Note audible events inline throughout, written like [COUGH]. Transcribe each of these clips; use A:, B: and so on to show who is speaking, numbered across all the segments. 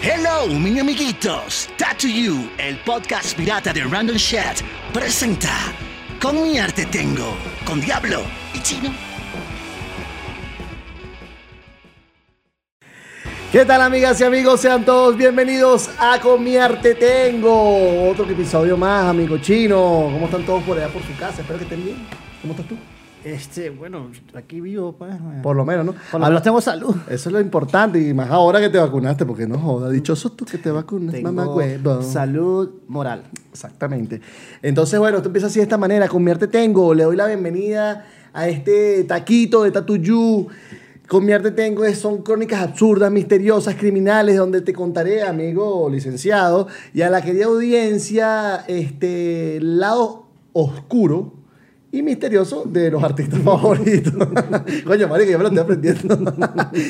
A: Hello, mis amiguitos. Tattoo You, el podcast pirata de Random Chat, presenta Con mi arte tengo, con Diablo y Chino.
B: ¿Qué tal amigas y amigos? Sean todos bienvenidos a Con mi arte tengo. Otro episodio más, amigo chino. ¿Cómo están todos por allá por su casa? Espero que estén bien. ¿Cómo estás tú?
C: Este, bueno, aquí vivo, pues.
B: Por lo menos, ¿no?
C: Por lo menos tengo salud.
B: Eso es lo importante y más ahora que te vacunaste, porque no joda. Dichoso tú que te vacunas,
C: Tengo
B: mamá huevo.
C: salud moral.
B: Exactamente. Entonces, bueno, esto empieza así de esta manera. Con mi arte tengo, le doy la bienvenida a este taquito de Tatuyú. Con mi arte tengo es- son crónicas absurdas, misteriosas, criminales, donde te contaré, amigo licenciado, y a la querida audiencia, este lado oscuro y misterioso de los artistas [LAUGHS] favoritos. Coño, marico, yo me lo estoy aprendiendo.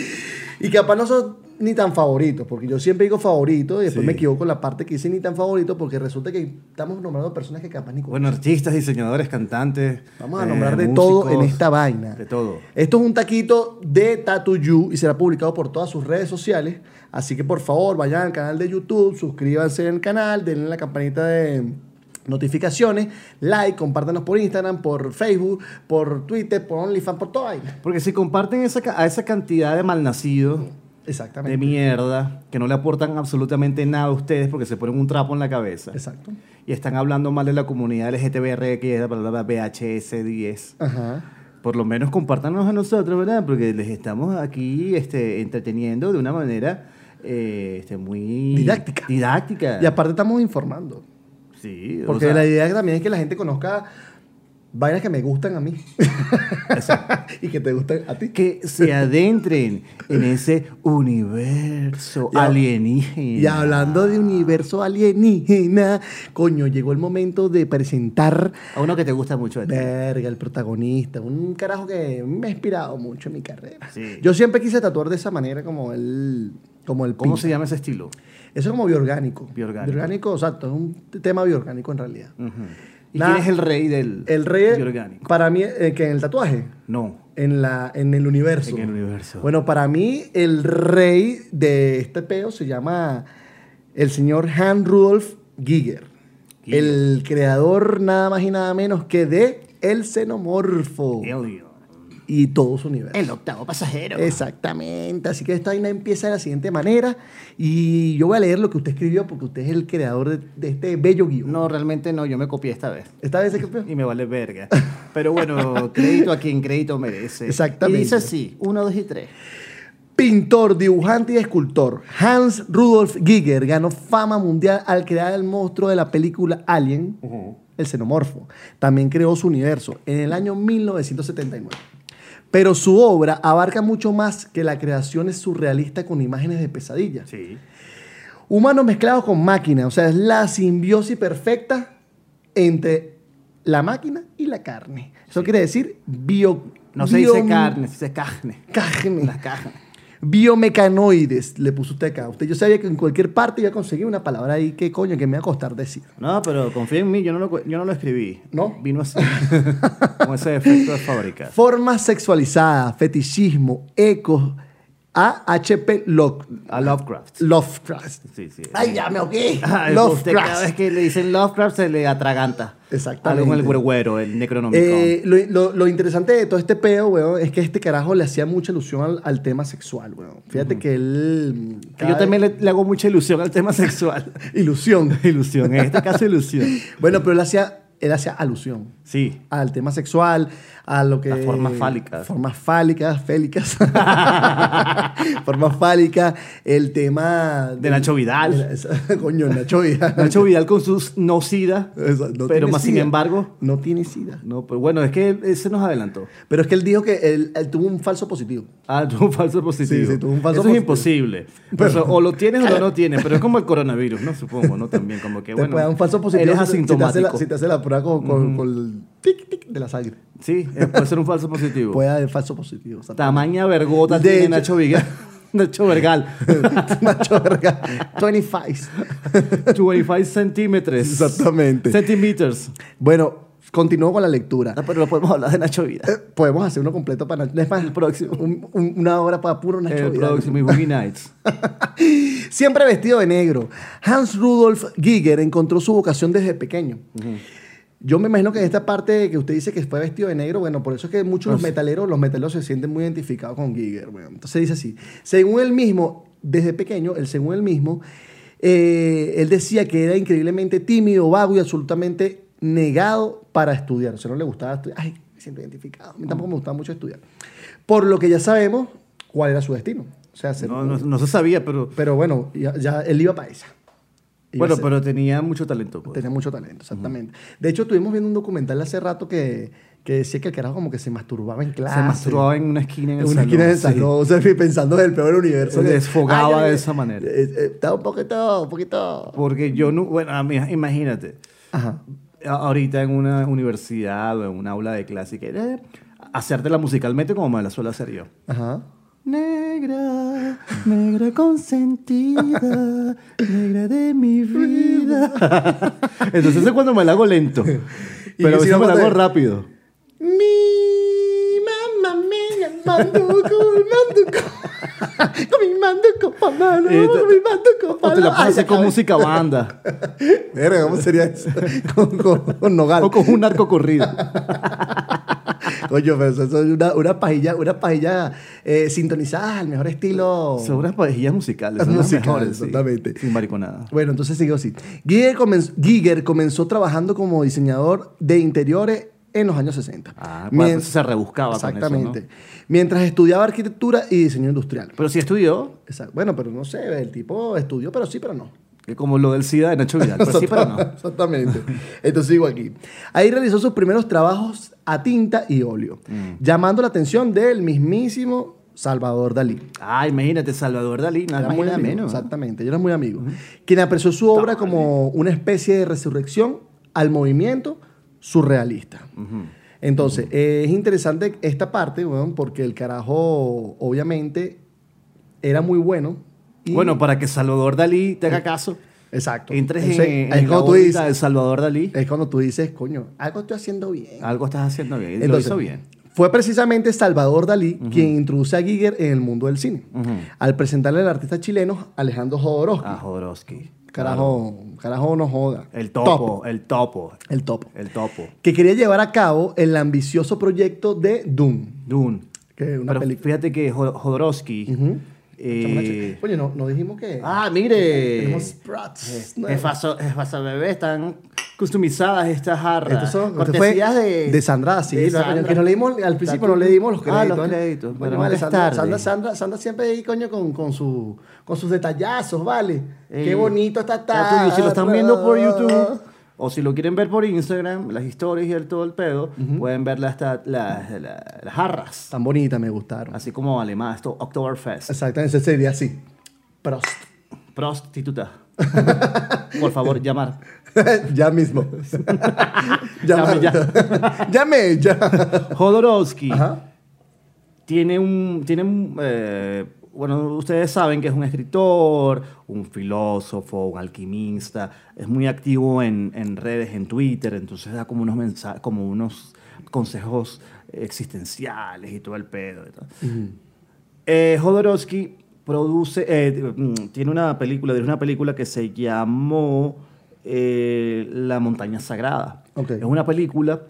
B: [LAUGHS] y capaz no son ni tan favoritos, porque yo siempre digo favorito y después
D: Sí.
B: me equivoco en la parte que dice ni tan favorito, porque resulta que estamos nombrando personas que capaz ni conocen.
D: Bueno, artistas, diseñadores, cantantes.
B: Vamos a
D: eh,
B: nombrar de
D: músicos,
B: todo en esta vaina.
D: De todo.
B: Esto es un taquito de Tatuyu y será publicado por todas sus redes sociales. Así que por favor, vayan al canal de YouTube, suscríbanse al canal, denle la campanita de notificaciones, like, compártanos por Instagram, por Facebook, por Twitter, por OnlyFans, por toda vaina.
D: Porque si comparten esa, ca- a esa cantidad de malnacidos, de
B: Exactamente.
D: mierda, que no le aportan absolutamente nada a ustedes porque se ponen un trapo en la cabeza
B: Exacto.
D: y están hablando mal de la comunidad LGTBRX, la palabra VHS10,
B: Ajá.
D: por lo menos compártanos a nosotros, ¿verdad? Porque les estamos aquí este, entreteniendo de una manera eh, este, muy...
B: Didáctica.
D: Didáctica.
B: Y aparte estamos informando.
D: sí, o
B: Porque
D: sea,
B: la idea también es que la gente conozca vainas que me gustan a mí. [LAUGHS] y que te gustan a ti.
D: que se adentren en ese universo
B: Y hab- [LAUGHS]
D: alienígena.
B: Y hablando de universo alienígena, coño, llegó el momento de presentar
D: A uno que te gusta mucho de ti.
B: verga, el protagonista, un carajo que me ha inspirado mucho en mi carrera.
D: Sí.
B: Yo siempre quise tatuar de esa manera como el como el
D: ¿Cómo
B: pinche.
D: se llama ese estilo?
B: Eso es como biorgánico.
D: Biorgánico.
B: exacto, es un t- tema biorgánico en realidad.
D: ¿Y
B: Nah,
D: quién es el rey del
B: El rey
D: del orgánico?
B: para mí eh, que en el tatuaje
D: No.
B: en, la, en el universo.
D: En el universo.
B: Bueno, para mí, el rey de este peo se llama el señor Han Rudolf Giger.
D: Giger.
B: El creador nada más y nada menos que de El Xenomorfo
D: Alien.
B: y todo su universo.
C: El octavo pasajero.
B: Exactamente. Así que esta vaina empieza de la siguiente manera. Y yo voy a leer lo que usted escribió porque usted es el creador de, de este bello guión.
D: No, realmente no, yo me copié esta vez.
B: ¿Esta vez es que peo?
D: Y me vale
B: [LAUGHS]
D: verga. Pero bueno, crédito a quien crédito merece.
B: Exactamente.
D: Y dice así, uno, dos y tres.
B: Pintor, dibujante y escultor, Hans Rudolf Giger ganó fama mundial al crear el monstruo de la película Alien, el xenomorfo. También creó su universo en el año 1979. Pero su obra abarca mucho más que la creación es surrealista con imágenes de pesadillas.
D: Sí.
B: Humanos mezclados con máquina, o sea, es la simbiosis perfecta entre la máquina y la carne. Eso quiere decir bio...
D: No se
B: bio-
D: dice carne, se dice carne.
B: Carne.
D: Las carnes.
B: Biomecanoides, le puso usted acá. Usted yo sabía que en cualquier parte iba a conseguir una palabra ahí que coño, que me va a costar decir.
D: No, pero confía en mí, yo no lo, cu- yo no lo escribí.
B: ¿No? [LAUGHS]
D: Vino así, con ese efecto de fábrica.
B: Formas sexualizadas, fetichismo, ecos, AHP Loc-
D: A Lovecraft.
B: Lovecraft.
D: Sí, sí.
B: Ay, ya me ahogué. [LAUGHS]
D: Ah, es que usted cada vez
B: Lovecraft.
D: que le dicen Lovecraft se le atraganta.
B: Exactamente.
D: Algo con el güero, el necronomicon.
B: Eh, lo, lo- lo interesante de todo este peo, weón, es que este carajo le hacía mucha ilusión al, al tema sexual, weón. Fíjate que él. mm,
D: Que
B: cada
D: yo también le, le hago mucha ilusión al tema [LAUGHS] sexual.
B: vez- Ilusión.
D: [LAUGHS] ilusión, en este caso ilusión.
B: bueno, pero él hacía, él hacía alusión.
D: Sí.
B: al tema sexual, a lo que...
D: Las formas fálicas.
B: Formas fálicas,
D: [LAUGHS]
B: félicas. formas fálicas, el tema...
D: De Nacho Vidal.
B: de la- esa- [LAUGHS] coño, Nacho Vidal. [LAUGHS]
D: Nacho Vidal con sus no sida.
B: Esa- no
D: pero
B: tiene
D: más sin
B: sida.
D: embargo.
B: No tiene sida.
D: No, pero bueno, es que él, él se nos adelantó.
B: Pero es que él dijo que él, él tuvo un falso positivo.
D: Ah, [LAUGHS] tuvo un falso positivo.
B: Sí, sí, tuvo un falso
D: Eso
B: positivo.
D: es imposible.
B: [LAUGHS]
D: Pues, O, sea, o lo tienes o no lo tienes, pero es como el coronavirus, ¿no? Supongo, ¿no? También como que,
B: Te
D: bueno,
B: puede dar un falso positivo
D: eres
B: si te- si te hace la-
D: asintomático.
B: Si te hace la, prueba con, con- con el tic, tic de la sangre.
D: Sí, eh, puede ser un
B: [LAUGHS]
D: falso positivo.
B: Puede haber falso positivo. o sea,
D: Tamaña vergota
B: De
D: tiene
B: hecho-
D: Nacho Vigal. [LAUGHS]
B: [LAUGHS]
D: Nacho Vergal.
B: Nacho verga. 25.
D: 25 centímetros.
B: Exactamente. Ah,
D: Centímetros.
B: Bueno, Continúo con la lectura.
D: No, pero no podemos hablar de Nacho Vida.
B: Eh, Podemos hacer uno completo para Nacho. Es más, el próximo. una hora para puro Nacho
D: el
B: Vidal.
D: próximo y
B: [LAUGHS]
D: Boogie Nights.
B: Siempre vestido de negro. Hans Rudolf Giger encontró su vocación desde pequeño. Yo me imagino que esta parte que usted dice que fue vestido de negro, bueno, por eso es que muchos
D: Ah,
B: de los metaleros, los metaleros se sienten muy identificados con Giger. bueno. Entonces dice así, según él mismo, desde pequeño, él según él mismo, eh, él decía que era increíblemente tímido, vago y absolutamente negado para estudiar. O sea, no le gustaba estudiar. Ay, me siento identificado. A mí tampoco me gustaba mucho estudiar. Por lo que ya sabemos cuál era su destino. O sea, ser
D: No, no, no se sabía, pero.
B: pero bueno, ya, ya él iba para esa. Iba
D: Bueno,
B: a ser-
D: pero tenía mucho talento. pues.
B: Tenía mucho talento, exactamente. De hecho, estuvimos viendo un documental hace rato que, que decía que el carajo como que se masturbaba en clase.
D: Se masturbaba en una esquina en
B: en
D: el
B: una
D: salón.
B: esquina del
D: sí.
B: salón, o sea, [LAUGHS] pensando en el peor universo.
D: Se
B: que-
D: desfogaba
B: Ay, ay,
D: de
B: ay,
D: esa manera.
B: eh, eh, Está un poquito, un poquito.
D: Porque yo no. Bueno, a mí- imagínate.
B: Ajá.
D: a- Ahorita en una universidad o en un aula de clase, que eh, hacértela musicalmente como me la suelo hacer yo.
B: Ajá.
D: Negra, negra consentida, negra de mi vida. Entonces eso es cuando me la hago lento. Pero a
B: si
D: veces me
B: vamos
D: la hago
B: de-
D: rápido.
B: Mi mamá me llama manduco, manduco. [LAUGHS] Con mi manduco, mamá, no,
D: Eh, te-
B: con mi manduco,
D: O te la
B: mamá.
D: puedo
B: Ay,
D: hacer con
B: acabé.
D: música banda
B: Verga, ¿cómo sería eso? [LAUGHS] con, con- con nogal.
D: o con un arco corrido.
B: Coño, pero eso eso es una, una pajilla, una pajilla eh, sintonizada al mejor estilo.
D: Son unas pajillas musicales, son
B: Musicales,
D: las mejores. sí.
B: exactamente.
D: Sin mariconada.
B: Bueno, entonces sigo así. Giger comenzó, Giger comenzó trabajando como diseñador de interiores en los años 60.
D: Ah, bueno,
B: Mien-
D: se rebuscaba con eso, ¿no?
B: Exactamente. Mientras estudiaba arquitectura y diseño industrial.
D: Pero sí estudió,
B: Esa- Bueno, pero no sé, el tipo estudió, pero sí, pero no.
D: que eh, como lo del SIDA de Nacho Vidal. Pero sí, pero
B: [LAUGHS]
D: no.
B: Exactamente. Entonces sigo aquí. Ahí realizó sus primeros trabajos a tinta y óleo,
D: Mm.
B: llamando la atención del mismísimo Salvador Dalí.
D: Ah, imagínate, Salvador Dalí, nada
B: Era
D: más y
B: muy
D: nada
B: amigo,
D: menos. ¿eh?
B: Exactamente, yo era muy amigo. Quien apreció su obra como una especie de resurrección al movimiento surrealista. Entonces, eh, es interesante esta parte, weón, porque el carajo, obviamente, era muy bueno. y-
D: Bueno, para que Salvador Dalí te haga caso,
B: exacto.
D: entres en,
B: Entonces,
D: en
B: es,
D: la
B: cuando tú
D: órbita
B: dices,
D: de Salvador Dalí,
B: es cuando tú dices, coño, algo estoy haciendo bien.
D: algo estás haciendo bien. lo
B: Entonces,
D: hizo bien.
B: Fue precisamente Salvador Dalí quien introduce a Giger en el mundo del cine, al presentarle al artista chileno Alejandro Jodorowsky.
D: Ah, Jodorowsky.
B: Carajo, carajo no joda.
D: El topo, el topo,
B: El topo.
D: el topo.
B: Que quería llevar a cabo el ambicioso proyecto de Doom.
D: Dune.
B: Que es una
D: Pero
B: película.
D: fíjate que Jo- Jodorowsky... eh,
B: Oye, no, no dijimos que.
D: ah, mire.
B: tenemos props nuevos.
D: Es faso, es faso bebé, están customizadas estas jarras.
B: Estos son esto fue
D: cortesías de...
B: de Sandra, sí.
D: de
B: la-
D: Sandra.
B: Que no le dimos, al principio no le dimos los créditos.
D: Ah, los
B: ¿eh?
D: créditos.
B: Coño,
D: Bueno,
B: vale,
D: vale,
B: Sandra, Sandra, Sandra, Sandra siempre ahí, coño, con, con, su, con sus detallazos, ¿vale? Qué
D: Eh,
B: bonito está
D: Tato,
B: está.
D: y si lo están viendo por YouTube o si lo quieren ver por Instagram, las historias y el, todo el pedo, pueden ver las, ta- las, la- las jarras.
B: Tan bonita, me gustaron.
D: Así como alemán, esto Oktoberfest.
B: Exactamente, ese sería así. Prost.
D: Prostituta. [LAUGHS] Por favor, llamar.
B: [LAUGHS] ya
D: [LAUGHS]
B: mismo.
D: Llame ya.
B: [LAUGHS] ya. Llame ya.
D: Jodorowsky
B: Ajá.
D: tiene un. Tiene un, eh, bueno, ustedes saben que es un escritor, un filósofo, un alquimista. Es muy activo en, en redes, en Twitter. Entonces da como unos mensajes, como unos consejos existenciales y todo el pedo. y todo. Eh, Jodorowsky produce, eh, mm, tiene una película, tiene una película que se llamó eh, La Montaña Sagrada.
B: Ok.
D: Es una película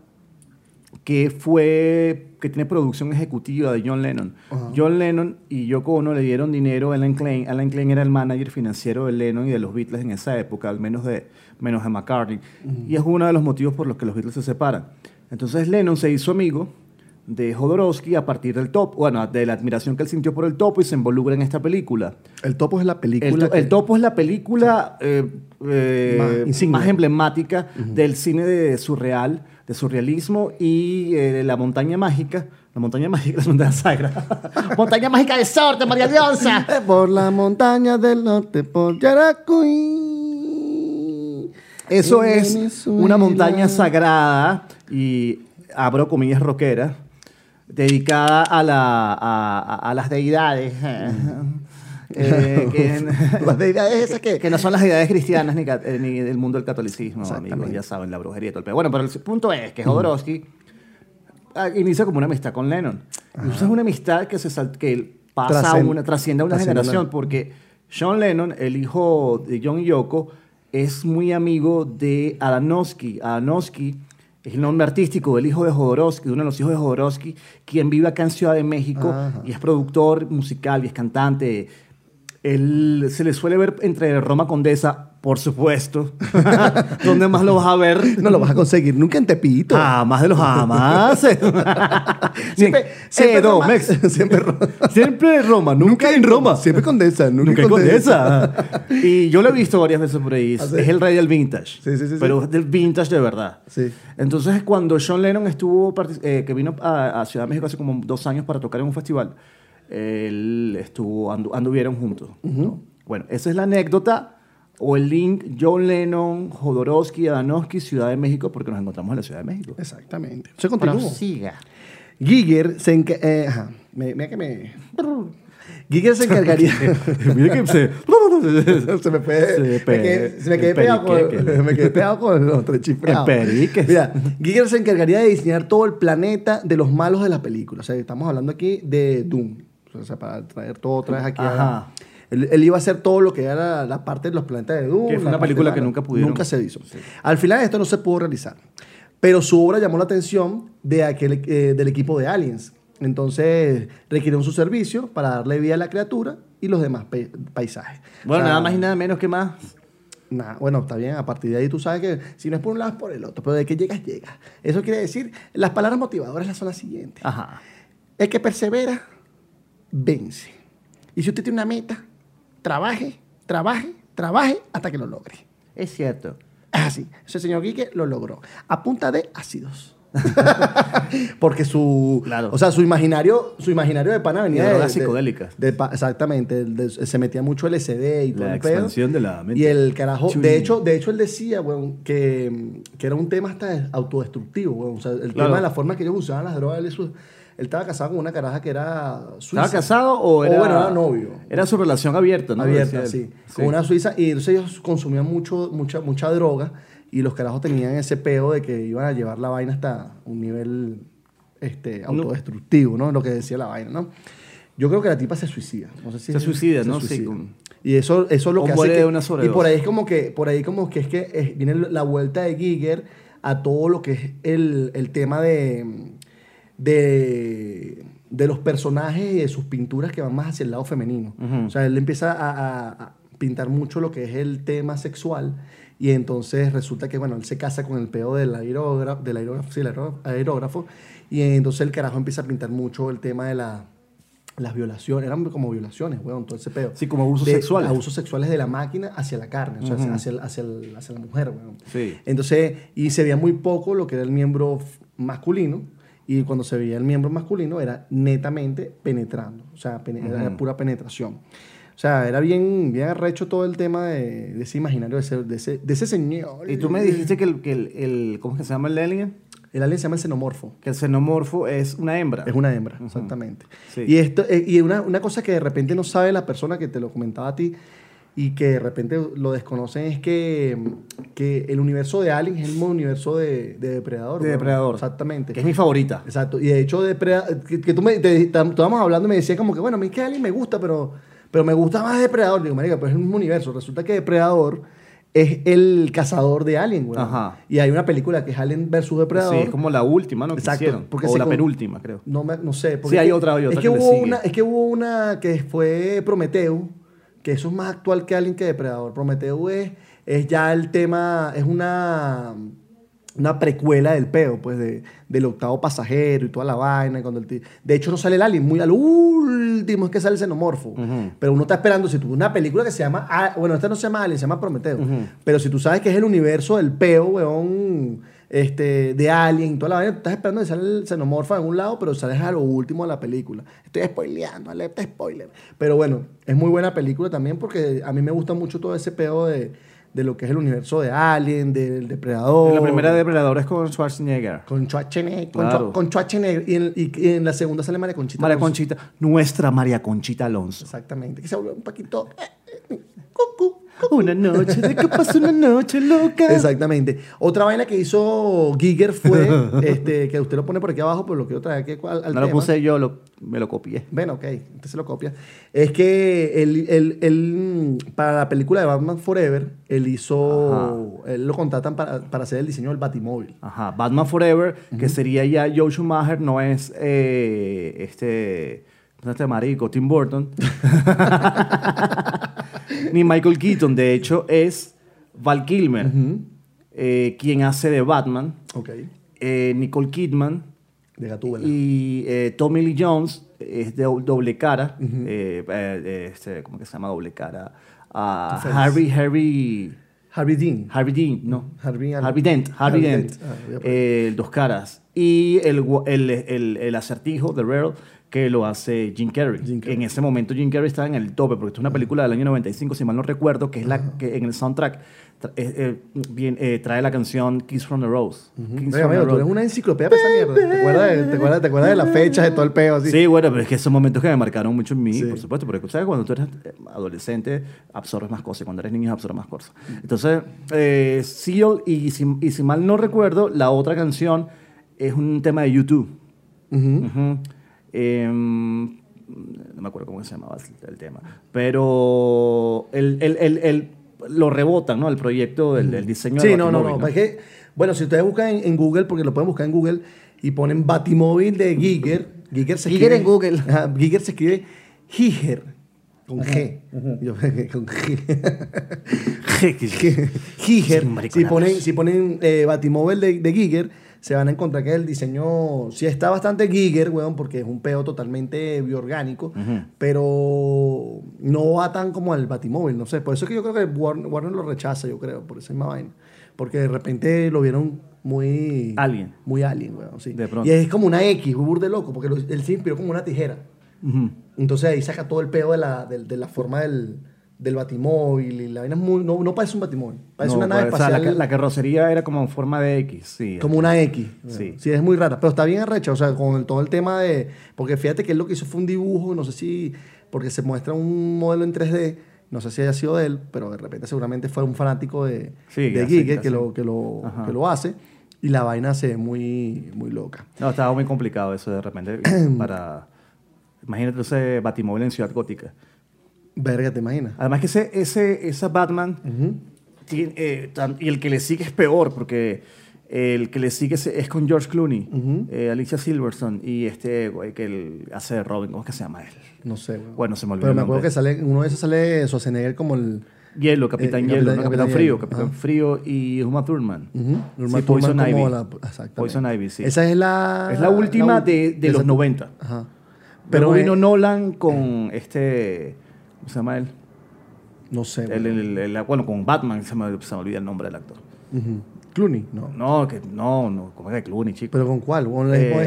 D: que fue que tiene producción ejecutiva de John Lennon. John Lennon y Yoko Ono le dieron dinero a Alan Klein. Alan Klein era el manager financiero de Lennon y de los Beatles en esa época, al menos de, menos de McCartney. Y es uno de los motivos por los que los Beatles se separan. Entonces Lennon se hizo amigo de Jodorowsky a partir del top, bueno, de la admiración que él sintió por el topo y se involucra en esta película.
B: El topo es la
D: El,
B: película.
D: to- el Topo es la película eh, eh,
B: Más
D: más,
B: insignia.
D: emblemática del cine de surreal, de surrealismo y eh, de la montaña mágica. La montaña [LAUGHS] mágica, la montaña sagrada. [LAUGHS] montaña mágica de sorte, María Leonza.
B: Eh, [LAUGHS] Por la montaña del norte, por Yaracuy.
D: Eso
B: En
D: es
B: Venezuela.
D: una montaña sagrada y abro comillas roquera, dedicada a, la, a, a- a las deidades. eh, eh, [LAUGHS] que-
B: Las deidades esas que-
D: que no son las ideas cristianas ni, ca- eh, ni del mundo del catolicismo, amigos,
B: Exactamente.
D: ya saben, la brujería y todo el pe- Bueno, pero el punto es que Jodorowsky ah, inicia como una amistad con Lennon. Y eso es una amistad que, se sal- que él pasa a
B: Trascen-
D: una, trasciende a una
B: trasciende a
D: generación,
B: la-
D: porque John Lennon, el hijo de John y Yoko, es muy amigo de Adanovsky. Adanovsky es el nombre artístico del hijo de Jodorowsky, de uno de los hijos de Jodorowsky, quien vive acá en Ciudad de México
B: Ajá.
D: y es productor musical y es cantante. Él se le suele ver entre Roma Condesa, por supuesto. [LAUGHS] ¿Dónde más lo vas a ver?
B: No lo vas a conseguir nunca en Tepito.
D: Jamás de los
B: [LAUGHS]
D: jamás.
B: Siempre- siempre
D: Edo,
B: Roma.
D: Mex.
B: [LAUGHS] Siempre Roma.
D: Siempre en Roma, nunca, en Roma.
B: Siempre Condesa, nunca,
D: Nunca
B: en
D: en Condesa. Y yo lo he visto varias veces por ahí.
B: ¿Ah, sí?
D: Es el rey del vintage.
B: Sí, sí, sí, sí.
D: Pero es del vintage de verdad.
B: [LAUGHS] Sí.
D: Entonces, cuando John Lennon estuvo, partic- eh, que vino a, a Ciudad de México hace como dos años para tocar en un festival, él estuvo, andu- anduvieron juntos. ¿no? Bueno, esa es la anécdota o el link John Lennon, Jodorowsky, Adanovsky, Ciudad de México, porque nos encontramos en la Ciudad de México.
B: Exactamente. Se continúa.
C: Prosiga.
B: Giger se encarga. ajá. Me- Mira que me. Giger se [LAUGHS] encargaría.
D: [LAUGHS] Mira que se...
B: [LAUGHS] se me fue.
D: Se
B: me
D: pe-
B: quedé- se me quedé
D: el
B: pegado
D: perique, que-
B: con, [LAUGHS] me quedé pegado con los tres chiflados.
D: El perique.
B: Mira, Giger se encargaría de diseñar todo el planeta de los malos de la película. O sea, estamos hablando aquí de Doom. O sea, para traer todo otra vez aquí. a-
D: Ajá.
B: Él, él iba a hacer todo lo que era la parte de los planetas de Doom.
D: Que fue
B: la
D: una
B: parte
D: película
B: mala.
D: que nunca pudieron.
B: Nunca se hizo. Al final esto no se pudo realizar. Pero su obra llamó la atención de aquel, eh, del equipo de Aliens. Entonces requirieron su servicio para darle vida a la criatura y los demás pe- paisajes.
D: Bueno,
B: O sea,
D: nada más y nada menos que más.
B: Nah, bueno, está bien, a partir de ahí tú sabes que si no es por un lado es por el otro, pero de que llegas, llegas. Eso quiere decir, las palabras motivadoras las son las siguientes.
D: Ajá.
B: El que persevera, vence. Y si usted tiene una meta, trabaje, trabaje, trabaje hasta que lo logre.
D: Es cierto.
B: [LAUGHS] Es así. Ah, Ese señor Quique lo logró. A punta de ácidos. [LAUGHS] Porque su.
D: Claro.
B: O sea, su imaginario, su imaginario de pana venía
D: De
B: de.
D: drogas
B: de-
D: psicodélicas.
B: de pa- exactamente. el de- se metía mucho LSD y todo
D: La
B: el pedo.
D: expansión de la mente.
B: Y el carajo.
D: Chuy.
B: De hecho, de hecho, él decía, weón, que, que era un tema hasta autodestructivo, weón. O sea, el
D: Claro.
B: tema de la forma que ellos usaban las drogas. Él, es su- él estaba casado con una caraja que era. Suiza.
D: ¿Estaba casado o era...?
B: bueno, era novio
D: Era su relación abierta, ¿no?
B: abierta,
D: Decía
B: sí.
D: él.
B: Con una suiza. Y entonces ellos consumían mucho, mucha, mucha droga. Y los carajos tenían ese peo de que iban a llevar la vaina hasta un nivel este, autodestructivo, ¿no? Lo que decía la vaina, ¿no? Yo creo que la tipa se suicida. No sé si
D: Se suicida, ¿no? Sí,
B: suicida.
D: con-
B: Y eso, eso es lo
D: O
B: que hace
D: muere de
B: que-
D: una
B: Y
D: sobredosis.
B: por ahí es como que, por ahí como que es que eh, viene la vuelta de Giger a todo lo que es el, el tema de, de, de los personajes y de sus pinturas que van más hacia el lado femenino. O sea, él empieza a, a- a pintar mucho lo que es el tema sexual y entonces resulta que, bueno, él se casa con el peo del aerógrafo, del aerógrafo, sí, el aeró- aerógrafo y entonces el carajo empieza a pintar mucho el tema de la- Las violaciones, eran como violaciones, weón, todo ese peo.
D: Sí, como abusos
B: De-
D: sexuales.
B: Abusos sexuales de la máquina hacia la carne, o sea, hacia- hacia, el- hacia el- hacia la mujer, weón.
D: Sí.
B: Entonces, y se veía muy poco lo que era el miembro f- masculino. Y cuando se veía el miembro masculino era netamente penetrando. O sea, pene- era pura penetración. O sea, era bien, bien arrecho todo el tema de, de ese imaginario, de ese, de ese- de ese señor.
D: Y tú me dijiste que el, que el, el- ¿Cómo es que se llama el alien?
B: El alien se llama el xenomorfo.
D: Que el xenomorfo es una hembra.
B: Es una hembra, exactamente.
D: Sí.
B: Y, esto, eh, y una, una cosa que de repente no sabe la persona que te lo comentaba a ti y que de repente lo desconocen es que, que el universo de Alien es el mismo universo de, de Depredador.
D: De
B: weón.
D: depredador.
B: Exactamente.
D: Que es mi favorita.
B: Exacto. Y de hecho, Depredador, que, que tú me, te- tam- estábamos hablando y me decías como que, bueno, a mí es que Alien me gusta, pero, pero me gusta más Depredador. Digo, marica, pero es el mismo universo. Resulta que Depredador es el cazador de Alien, güey.
D: Ajá.
B: Y hay una película que es Alien versus Depredador.
D: Sí, es como la última, ¿no? Que
B: Exacto,
D: hicieron.
B: porque
D: o
B: se
D: la
B: con-
D: penúltima, creo.
B: No, me- no sé.
D: Sí,
B: es
D: hay
B: que-
D: otra, hay otra
B: es que,
D: que le
B: hubo
D: sigue.
B: una, Es que hubo una que fue Prometeo, que eso es más actual que Alien que Depredador. Prometeo es, es ya el tema, es una, una precuela del peo, pues, de, del octavo pasajero y toda la vaina. y Cuando el ti- de hecho, no sale el Alien, muy al último es que sale el xenomorfo. Pero uno está esperando, si tú una película que se llama, A- bueno, esta no se llama Alien, se llama Prometeo. Pero si tú sabes que es el universo del peo, weón este, de Alien, toda la vaina, tú estás esperando que sale el xenomorfo en un lado, pero sales a lo último de la película. Estoy spoileando, alerta spoiler. Pero bueno, es muy buena película también porque a mí me gusta mucho todo ese pedo de, de lo que es el universo de Alien, del Depredador.
D: La primera depredador es con Schwarzenegger.
B: Con Schwarzenegger. con
D: Claro.
B: Schwa- Con Schwarzenegger. Y en, y- y en la segunda sale María Conchita.
D: María
B: Alonso.
D: Conchita, nuestra María Conchita Alonso.
B: Exactamente. Que se volvió un poquito. eh, Cucú.
D: Una noche, ¿de qué pasó una noche loca?
B: Exactamente. Otra vaina que hizo Giger fue, [LAUGHS] este, que usted lo pone por aquí abajo, pero lo quiero traer aquí al, al
D: No lo
B: tema.
D: puse yo, lo- me lo copié.
B: Bueno, ok, entonces lo copia. Es que él, él- él, mm, para la película de Batman Forever, él hizo. Él lo contratan para, para hacer el diseño del Batimóvil.
D: Ajá, Batman Forever, que sería ya Joe Schumacher, no es eh, este, no este marico, Tim Burton, ni Michael Keaton, de hecho es Val Kilmer, eh, quien hace de Batman,
B: Ok.
D: eh, Nicole Kidman
B: De Gatúbela.
D: y eh, Tommy Lee Jones es de doble cara, eh, eh, este, ¿cómo que se llama doble cara? Ah,
B: Two-Face.
D: Harry, Harry...
B: Harvey Dean.
D: Harvey Dean, no.
B: Harvey Allen.
D: Dent. Harvey,
B: Harvey
D: Dent.
B: Dent. Ah, ya, pues.
D: Eh, el dos caras. Y el, gua- el, el- el acertijo de Rare que lo hace Jim Carrey.
B: Jim Carrey.
D: En ese momento Jim Carrey estaba en el tope, porque esto es una película del año 95, si mal no recuerdo, que es la que en el soundtrack tra- eh, eh, bien, eh, trae la canción Kiss from the Rose. Kiss
B: Venga,
D: from the
B: amigo, tú
D: Rose.
B: eres una enciclopedia para esa mierda. ¿Te acuerdas, de, te, acuerdas, te acuerdas de la fecha, de todo el peo? Así?
D: Sí, bueno, pero es que esos momentos que me marcaron mucho en mí,
B: Sí.
D: por supuesto, porque ¿sabes? cuando tú eres eh, adolescente absorbes más cosas, y cuando eres niño absorbes más cosas.
B: Mm.
D: Entonces, eh, Seal, y si, y si mal no recuerdo, la otra canción es un tema de YouTube. Em,
B: Ujú.
D: no me acuerdo cómo se llamaba el- el tema, pero el, el- el- el- lo rebotan, ¿no? El proyecto, el, el diseño
B: Mm. Sí,
D: del
B: no, no,
D: Batimóvil,
B: no. Es que, bueno, si ustedes buscan en, en Google, porque lo pueden buscar en Google, y ponen Batimóvil de Giger. Giger se
C: Giger
B: escribe-
C: en Google.
B: [LAUGHS] Ajá, Giger se escribe Giger. Con G. Yo, [LAUGHS] con G. [LAUGHS]
D: [LAUGHS]
B: Giger.
D: Sí, mariconadas.
B: Si ponen, si ponen eh, Batimóvil de, de Giger, se van a encontrar que el diseño sí está bastante Giger, weón, porque es un peo totalmente bioorgánico, pero no va tan como al Batimóvil, no sé. Por eso es que yo creo que Warner, Warner lo rechaza, yo creo, por esa misma vaina. Porque de repente lo vieron muy...
D: Alien.
B: Muy alien, weón, sí.
D: De pronto.
B: Y es como una X, un burde loco, porque lo- él se inspiró como una tijera.
D: Ujú.
B: Entonces ahí saca todo el peo de la, del- de la forma del, del batimóvil y la vaina es muy... No, no parece un batimóvil, parece
D: No,
B: una nave
D: pues, o sea,
B: espacial.
D: la ca- la, carrocería era como en forma de X, sí.
B: Como una X.
D: Sí.
B: Sí. es muy rara. Pero está bien arrecha, o sea, con el- todo el tema de. Porque fíjate que él lo que hizo fue un dibujo, no sé si. Porque se muestra un modelo en 3D, no sé si haya sido de él, pero de repente seguramente fue un fanático de,
D: Sí,
B: de
D: así,
B: Giger
D: así.
B: que lo, que, lo,
D: Ajá.
B: que lo hace. Y la vaina se ve muy, muy loca.
D: No, estaba muy complicado eso
B: [CLEARS THROAT]
D: de repente eh, para... Imagínate ese Batimóvil en Ciudad Gótica.
B: Verga, ¿te imaginas?
D: Además que ese, ese esa Batman tiene, eh, tan- y el que le sigue es peor porque el que le sigue es, es con George Clooney, eh, Alicia Silverstone y este güey que el- hace de Robin, ¿cómo es que se llama él?
B: No sé, güey.
D: Bueno, se me olvidó
B: Pero
D: el
B: me acuerdo
D: nombre.
B: que sale, en uno de esos sale Schwarzenegger como el.
D: Hielo, Capitán
B: Eh,
D: Hielo,
B: Capitán-
D: ¿no? Capitán,
B: Capitán
D: Frío,
B: Hielo,
D: Capitán
B: ajá.
D: Frío y Uma Thurman.
B: Ujú, Norman
D: Sí, Poison
B: Turman como
D: Ivy.
B: la- exactamente.
D: Poison Ivy, sí.
B: Esa es la.
D: Es la última
B: ul-
D: de, de los
B: esa-
D: 90.
B: Ajá.
D: Pero
B: Pero
D: vino
B: eh,
D: Nolan con este. ¿Cómo se llama él?
B: No sé.
D: El- el- el- el- bueno, con Batman, se me, se me olvida el nombre del actor.
B: Ujú. Clooney, no.
D: No, que no, no, como era de Clooney, chico.
B: ¿Pero con cuál? Con el- con
D: Eh,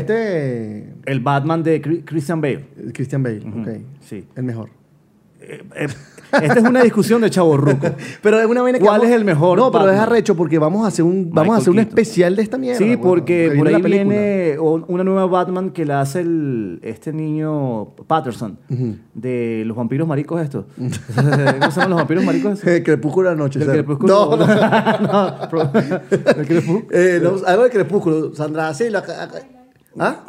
B: este.
D: El Batman de Cri- Christian Bale.
B: eh, Christian Bale,
D: Ujú,
B: ok.
D: sí.
B: El mejor.
D: Eh, eh, esta es una discusión de Chavo
B: [LAUGHS]
D: Ruco.
B: Pero es una vaina
D: ¿Cuál es el mejor
B: No, pero es
D: Batman?
B: arrecho porque vamos a hacer un, vamos a
D: Michael
B: hacer un
D: Keaton.
B: especial de esta mierda.
D: Sí,
B: weón,
D: porque
B: que
D: por
B: la
D: ahí
B: película.
D: viene un- una nueva Batman que la hace el, este niño Patterson de los vampiros maricos estos. [LAUGHS] ¿Cómo se llaman los vampiros maricos estos?
B: El crepúsculo de la noche.
D: Del
B: ¿sabes?
D: crepúsculo.
B: No, no.
D: [LAUGHS] No, pro- del crepúsculo.
B: [LAUGHS] Eh, no, algo de crepúsculo. Sandra Silva. acá- acá- ¿Ah?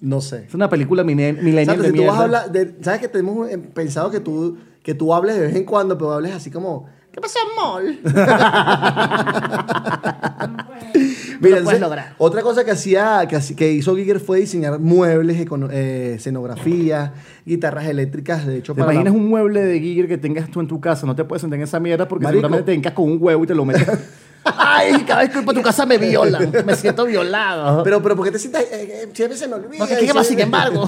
B: No sé.
D: Es una película mine- millennial
B: Sandra,
D: de
B: si tú vas a
D: mierda.
B: hablar. de- Sabes que tenemos eh, pensado que tú, que tú hables de vez en cuando, pero hables así como. ¿Qué pasó,
D: [LAUGHS]
B: mol? [LAUGHS] Mira,
C: Lo puedes
B: entonces,
C: lograr.
B: Otra cosa que hacía, que, haci- que hizo Giger fue diseñar muebles, econo- eh, escenografías, guitarras eléctricas, de hecho,
D: ¿Te
B: para la-
D: imaginas un mueble de Giger que tengas tú en tu casa? No te puedes sentar en esa mierda porque
B: Marico.
D: seguramente te encas con un huevo y te lo [LAUGHS] metes.
C: Ay, cada vez que voy para tu casa me violan. Me siento
D: Ah.
C: violado.
B: Pero, pero, ¿por qué te sientas? Eh, eh, siempre se me olvida.
C: Porque, ¿qué
B: y
C: más?
B: se-
C: Sin
D: [LAUGHS]
C: embargo.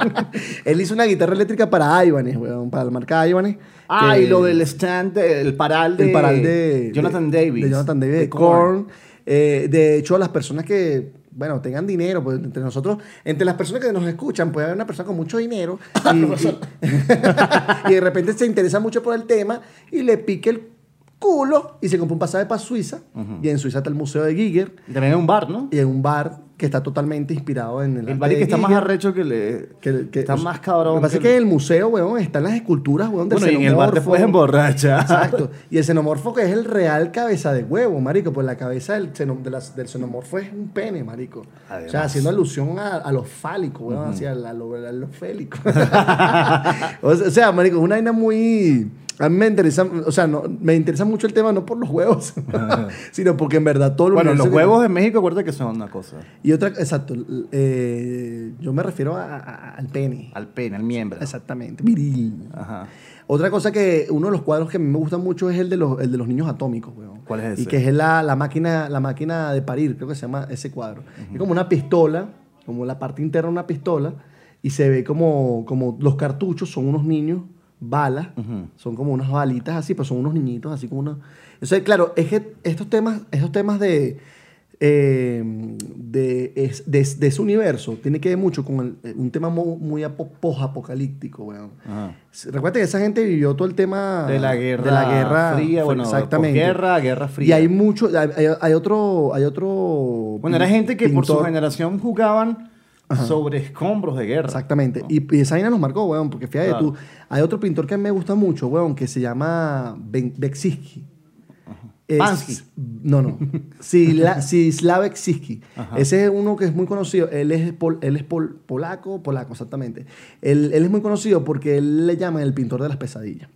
B: [LAUGHS] Él hizo una guitarra eléctrica para Ibanez, weón, para la marca Ibanez.
D: Ah,
B: que-
D: y lo del stand, de- el paral de,
B: el paral de
D: Jonathan
B: de-
D: Davis.
B: De Jonathan Davis, de
D: Korn.
B: Korn. Eh, de hecho, las personas que, bueno, tengan dinero, pues entre nosotros, entre las personas que nos escuchan, puede haber una persona con mucho
D: [LAUGHS]
B: dinero [LAUGHS] y, y- y de repente se interesa mucho por el tema y le pique el culo y se compró un pasaje para Suiza. Y en Suiza está el Museo de Giger
D: Y También hay un bar, ¿no?
B: y en un bar que está totalmente inspirado en el,
D: El
B: arte
D: bar y
B: de
D: que está más
B: Giger,
D: arrecho que le.
B: que- que-
D: está más cabrón.
B: Lo que pasa es que en el museo, weón, están las esculturas, weón, del
D: Bueno, y en el bar te
B: xenomorfo.
D: puedes [LAUGHS] emborrachar.
B: Exacto. Y el xenomorfo que es el real cabeza de huevo, marico. Pues la cabeza del, xeno- de las- del xenomorfo es un pene, marico. O sea,
D: Además.
B: haciendo alusión a, a lo fálico, weón, hacia la- lo, a lo [LAUGHS] félico. o sea- o sea, marico, es una vaina muy... A mí me interesa, o sea, no, me interesa mucho el tema no por los huevos, [LAUGHS] sino porque en verdad todo el
D: Bueno,
B: universo
D: los
B: que-
D: huevos en México, acuérdate que son una cosa.
B: Y otra, exacto, eh, yo me refiero a- a- al pene.
D: Al pene, al miembro.
B: Exactamente, viril.
D: Ajá.
B: Otra cosa que uno de los cuadros que a mí me gusta mucho es el de los, el de los niños atómicos, weón.
D: ¿Cuál es ese?
B: Y que es la, la máquina, la máquina de parir, creo que se llama ese cuadro. Es como una pistola, como la parte interna de una pistola, y se ve como, como los cartuchos son unos niños, balas, son como unas balitas así, pero son unos niñitos así como una... O sea, claro, es que estos temas, estos temas de... eh, de, es- de, de ese universo tiene que ver mucho con el- un tema mo- muy, apo- post-apocalíptico, weón.
D: Ajá.
B: Recuerda que esa gente vivió todo el tema
D: De la guerra
B: Ah, de la guerra
D: fría,
B: fue-
D: bueno,
B: exactamente.
D: posguerra, guerra fría.
B: Y hay mucho, hay, hay- hay otro, hay otro.
D: Bueno, era gente que por su
B: pintor.
D: generación jugaban sobre escombros de guerra.
B: Exactamente. Y, y esa vaina nos marcó, weón, porque fíjate
D: Claro.
B: tú, hay otro pintor que a mí me gusta mucho, weón, que se llama Ben- Beksiski. Es-
D: Pansky.
B: No, no. Sila- Sislav Beksiski. Ese es uno que es muy conocido. Él es, pol- él es pol- polaco, polaco, exactamente. Él, él es muy conocido porque él le llaman el pintor de las pesadillas.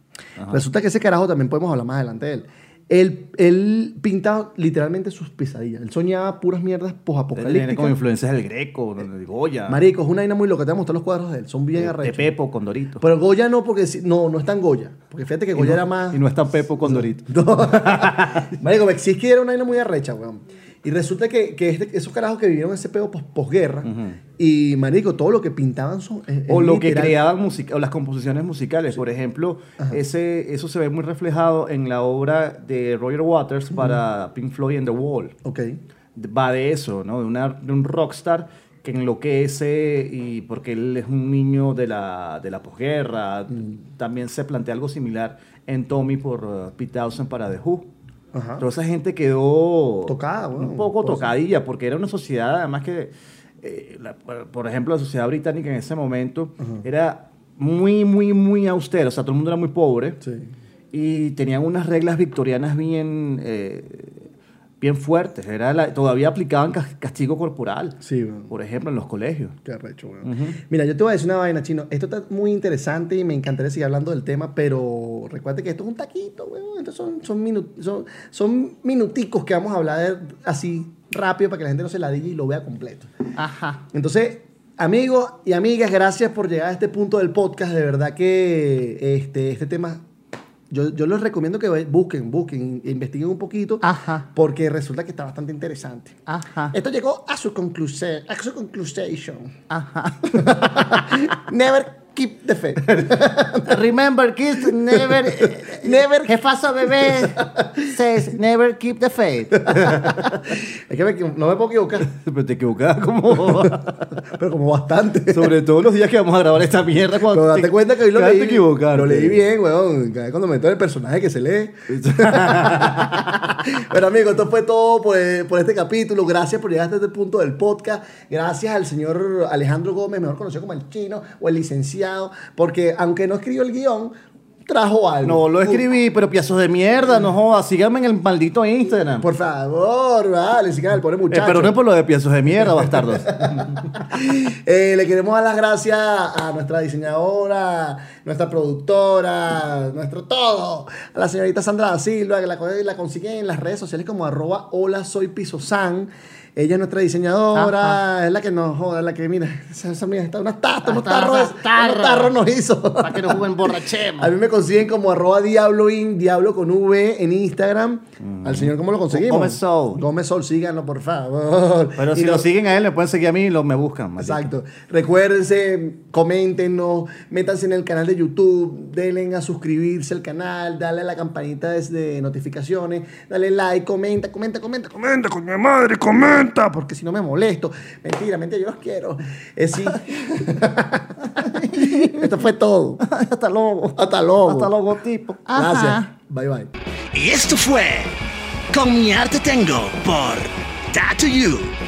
B: Resulta que ese carajo también podemos hablar más adelante de él. Él, él pintaba literalmente sus pesadillas. Él soñaba puras mierdas
D: Tiene como
B: posapocalípticas.
D: influencias del Greco, de Goya,
B: Marico, es una vaina muy loca. Te voy a mostrar los cuadros de él. Son bien
D: de, de
B: arrechos.
D: este Pepo, Condorito.
B: Pero Goya no, porque si- no, no es tan Goya. Porque fíjate que
D: Y
B: Goya
D: no-
B: era más. [LAUGHS]
D: Y no está Pepo Condorito.
B: Marico, Bexiski era una vaina muy arrecha, weón. Y resulta que, que este- esos carajos que vivieron ese pedo pos- posguerra, y marico, todo lo que pintaban son. eh, es- es
D: O lo que
B: literal.
D: creaban música, o las composiciones musicales. Por ejemplo, ese, eso se ve muy reflejado en la obra de Roger Waters para Pink Floyd and the Wall.
B: Ok.
D: Va de eso, ¿no? De, una, de un rockstar que enloquece y porque él es un niño de la, de la posguerra.
B: Mm.
D: También se plantea algo similar en Tommy por uh, Pete Townsend para The Who.
B: Ajá.
D: Toda esa gente quedó
B: Ah. Tocada, bueno,
D: un poco
B: por eso.
D: tocadilla, porque era una sociedad, además que, eh, la- por por ejemplo, la sociedad británica en ese momento era muy, muy, muy austera, o sea, todo el mundo era muy pobre
B: Sí.
D: y tenían unas reglas victorianas bien, eh, bien fuertes, era la- todavía aplicaban cas- castigo corporal,
B: Sí, weón.
D: por ejemplo, en los colegios.
B: Qué arrecho, weón. Mira, yo te voy a decir una vaina, chino. Esto está muy interesante y me encantaría seguir hablando del tema, pero recuerde que esto es un taquito, weón. Estos son, son, minu- son, son minuticos que vamos a hablar de- así rápido para que la gente no se la diga y lo vea completo.
C: Ajá.
B: Entonces, amigos y amigas, gracias por llegar a este punto del podcast. De verdad que este, este tema, yo, yo les recomiendo que ve- busquen, busquen, investiguen un poquito,
C: Ajá.
B: porque resulta que está bastante interesante.
C: Ajá.
B: Esto llegó a su conclusión, a su conclusion.
C: Ajá.
B: [LAUGHS] Never keep the [LAUGHS] faith.
C: Remember kids never
B: Never-
C: Jefazo bebé says never keep the faith.
B: es que me equivo- no me puedo equivocar,
D: Pero te equivocabas como...
B: [LAUGHS]
D: [LAUGHS]
B: pero como bastante.
D: Sobre todo los días que vamos a grabar esta mierda cuando
B: Pero date cuenta que hoy lo
D: te
B: leí,
D: equivocarte.
B: lo leí bien, weón. Cada vez Cuando me todo el personaje que se
D: [LAUGHS]
B: lee. Bueno, amigos, esto fue todo por, por este capítulo. Gracias por llegar hasta este punto del podcast. Gracias al señor Alejandro Gómez, mejor conocido como el chino o el licenciado, porque aunque no escribió el guión, trajo algo.
D: No lo escribí, pero piazos de mierda, no jodas. Síganme en el maldito Instagram.
B: Por favor, vale, sigan al pobre
D: Eh,
B: muchacho.
D: pero no por lo de piazos de
B: [LAUGHS]
D: mierda, bastardos.
B: Eh, le queremos dar las gracias a nuestra diseñadora, nuestra productora, nuestro todo, a la señorita Sandra da Silva, que la, co- la consiguen en las redes sociales como arroba hola soy pisosan. Ella es nuestra diseñadora, es la que nos joda, la que mira, [LAUGHS] esa, esa mía está unas tartas, unos
C: Hasta
B: tarros,
C: unas tarros.
B: unos tarros nos hizo.
C: Para que no
B: [LAUGHS]
C: jueguen
B: A
C: borrachemos.
B: mí me consiguen como arroba diabloin, diablo con V en Instagram. Al señor, ¿cómo lo conseguimos?
D: Gómez Sol.
B: Gómez Sol, síganlo, por favor.
D: Pero
B: Y
D: si
B: no-
D: lo siguen a él, le pueden seguir a mí y lo me buscan. maldito.
B: Exacto. Recuérdense, coméntenos, métanse en el canal de YouTube, denle a suscribirse al canal, dale a la campanita de, de notificaciones, dale like, comenta, comenta, comenta, comenta, con mi madre, comenta, porque si no me molesto. Mentira, mentira, yo los quiero. Es
D: [LAUGHS]
B: sí.
D: [LAUGHS]
B: Esto fue todo. Hasta luego. Hasta luego.
D: Hasta luego, tipo.
B: Gracias.
C: Ajá.
B: Bye, bye.
A: Y esto fue Con mi arte tengo por Tattoo You.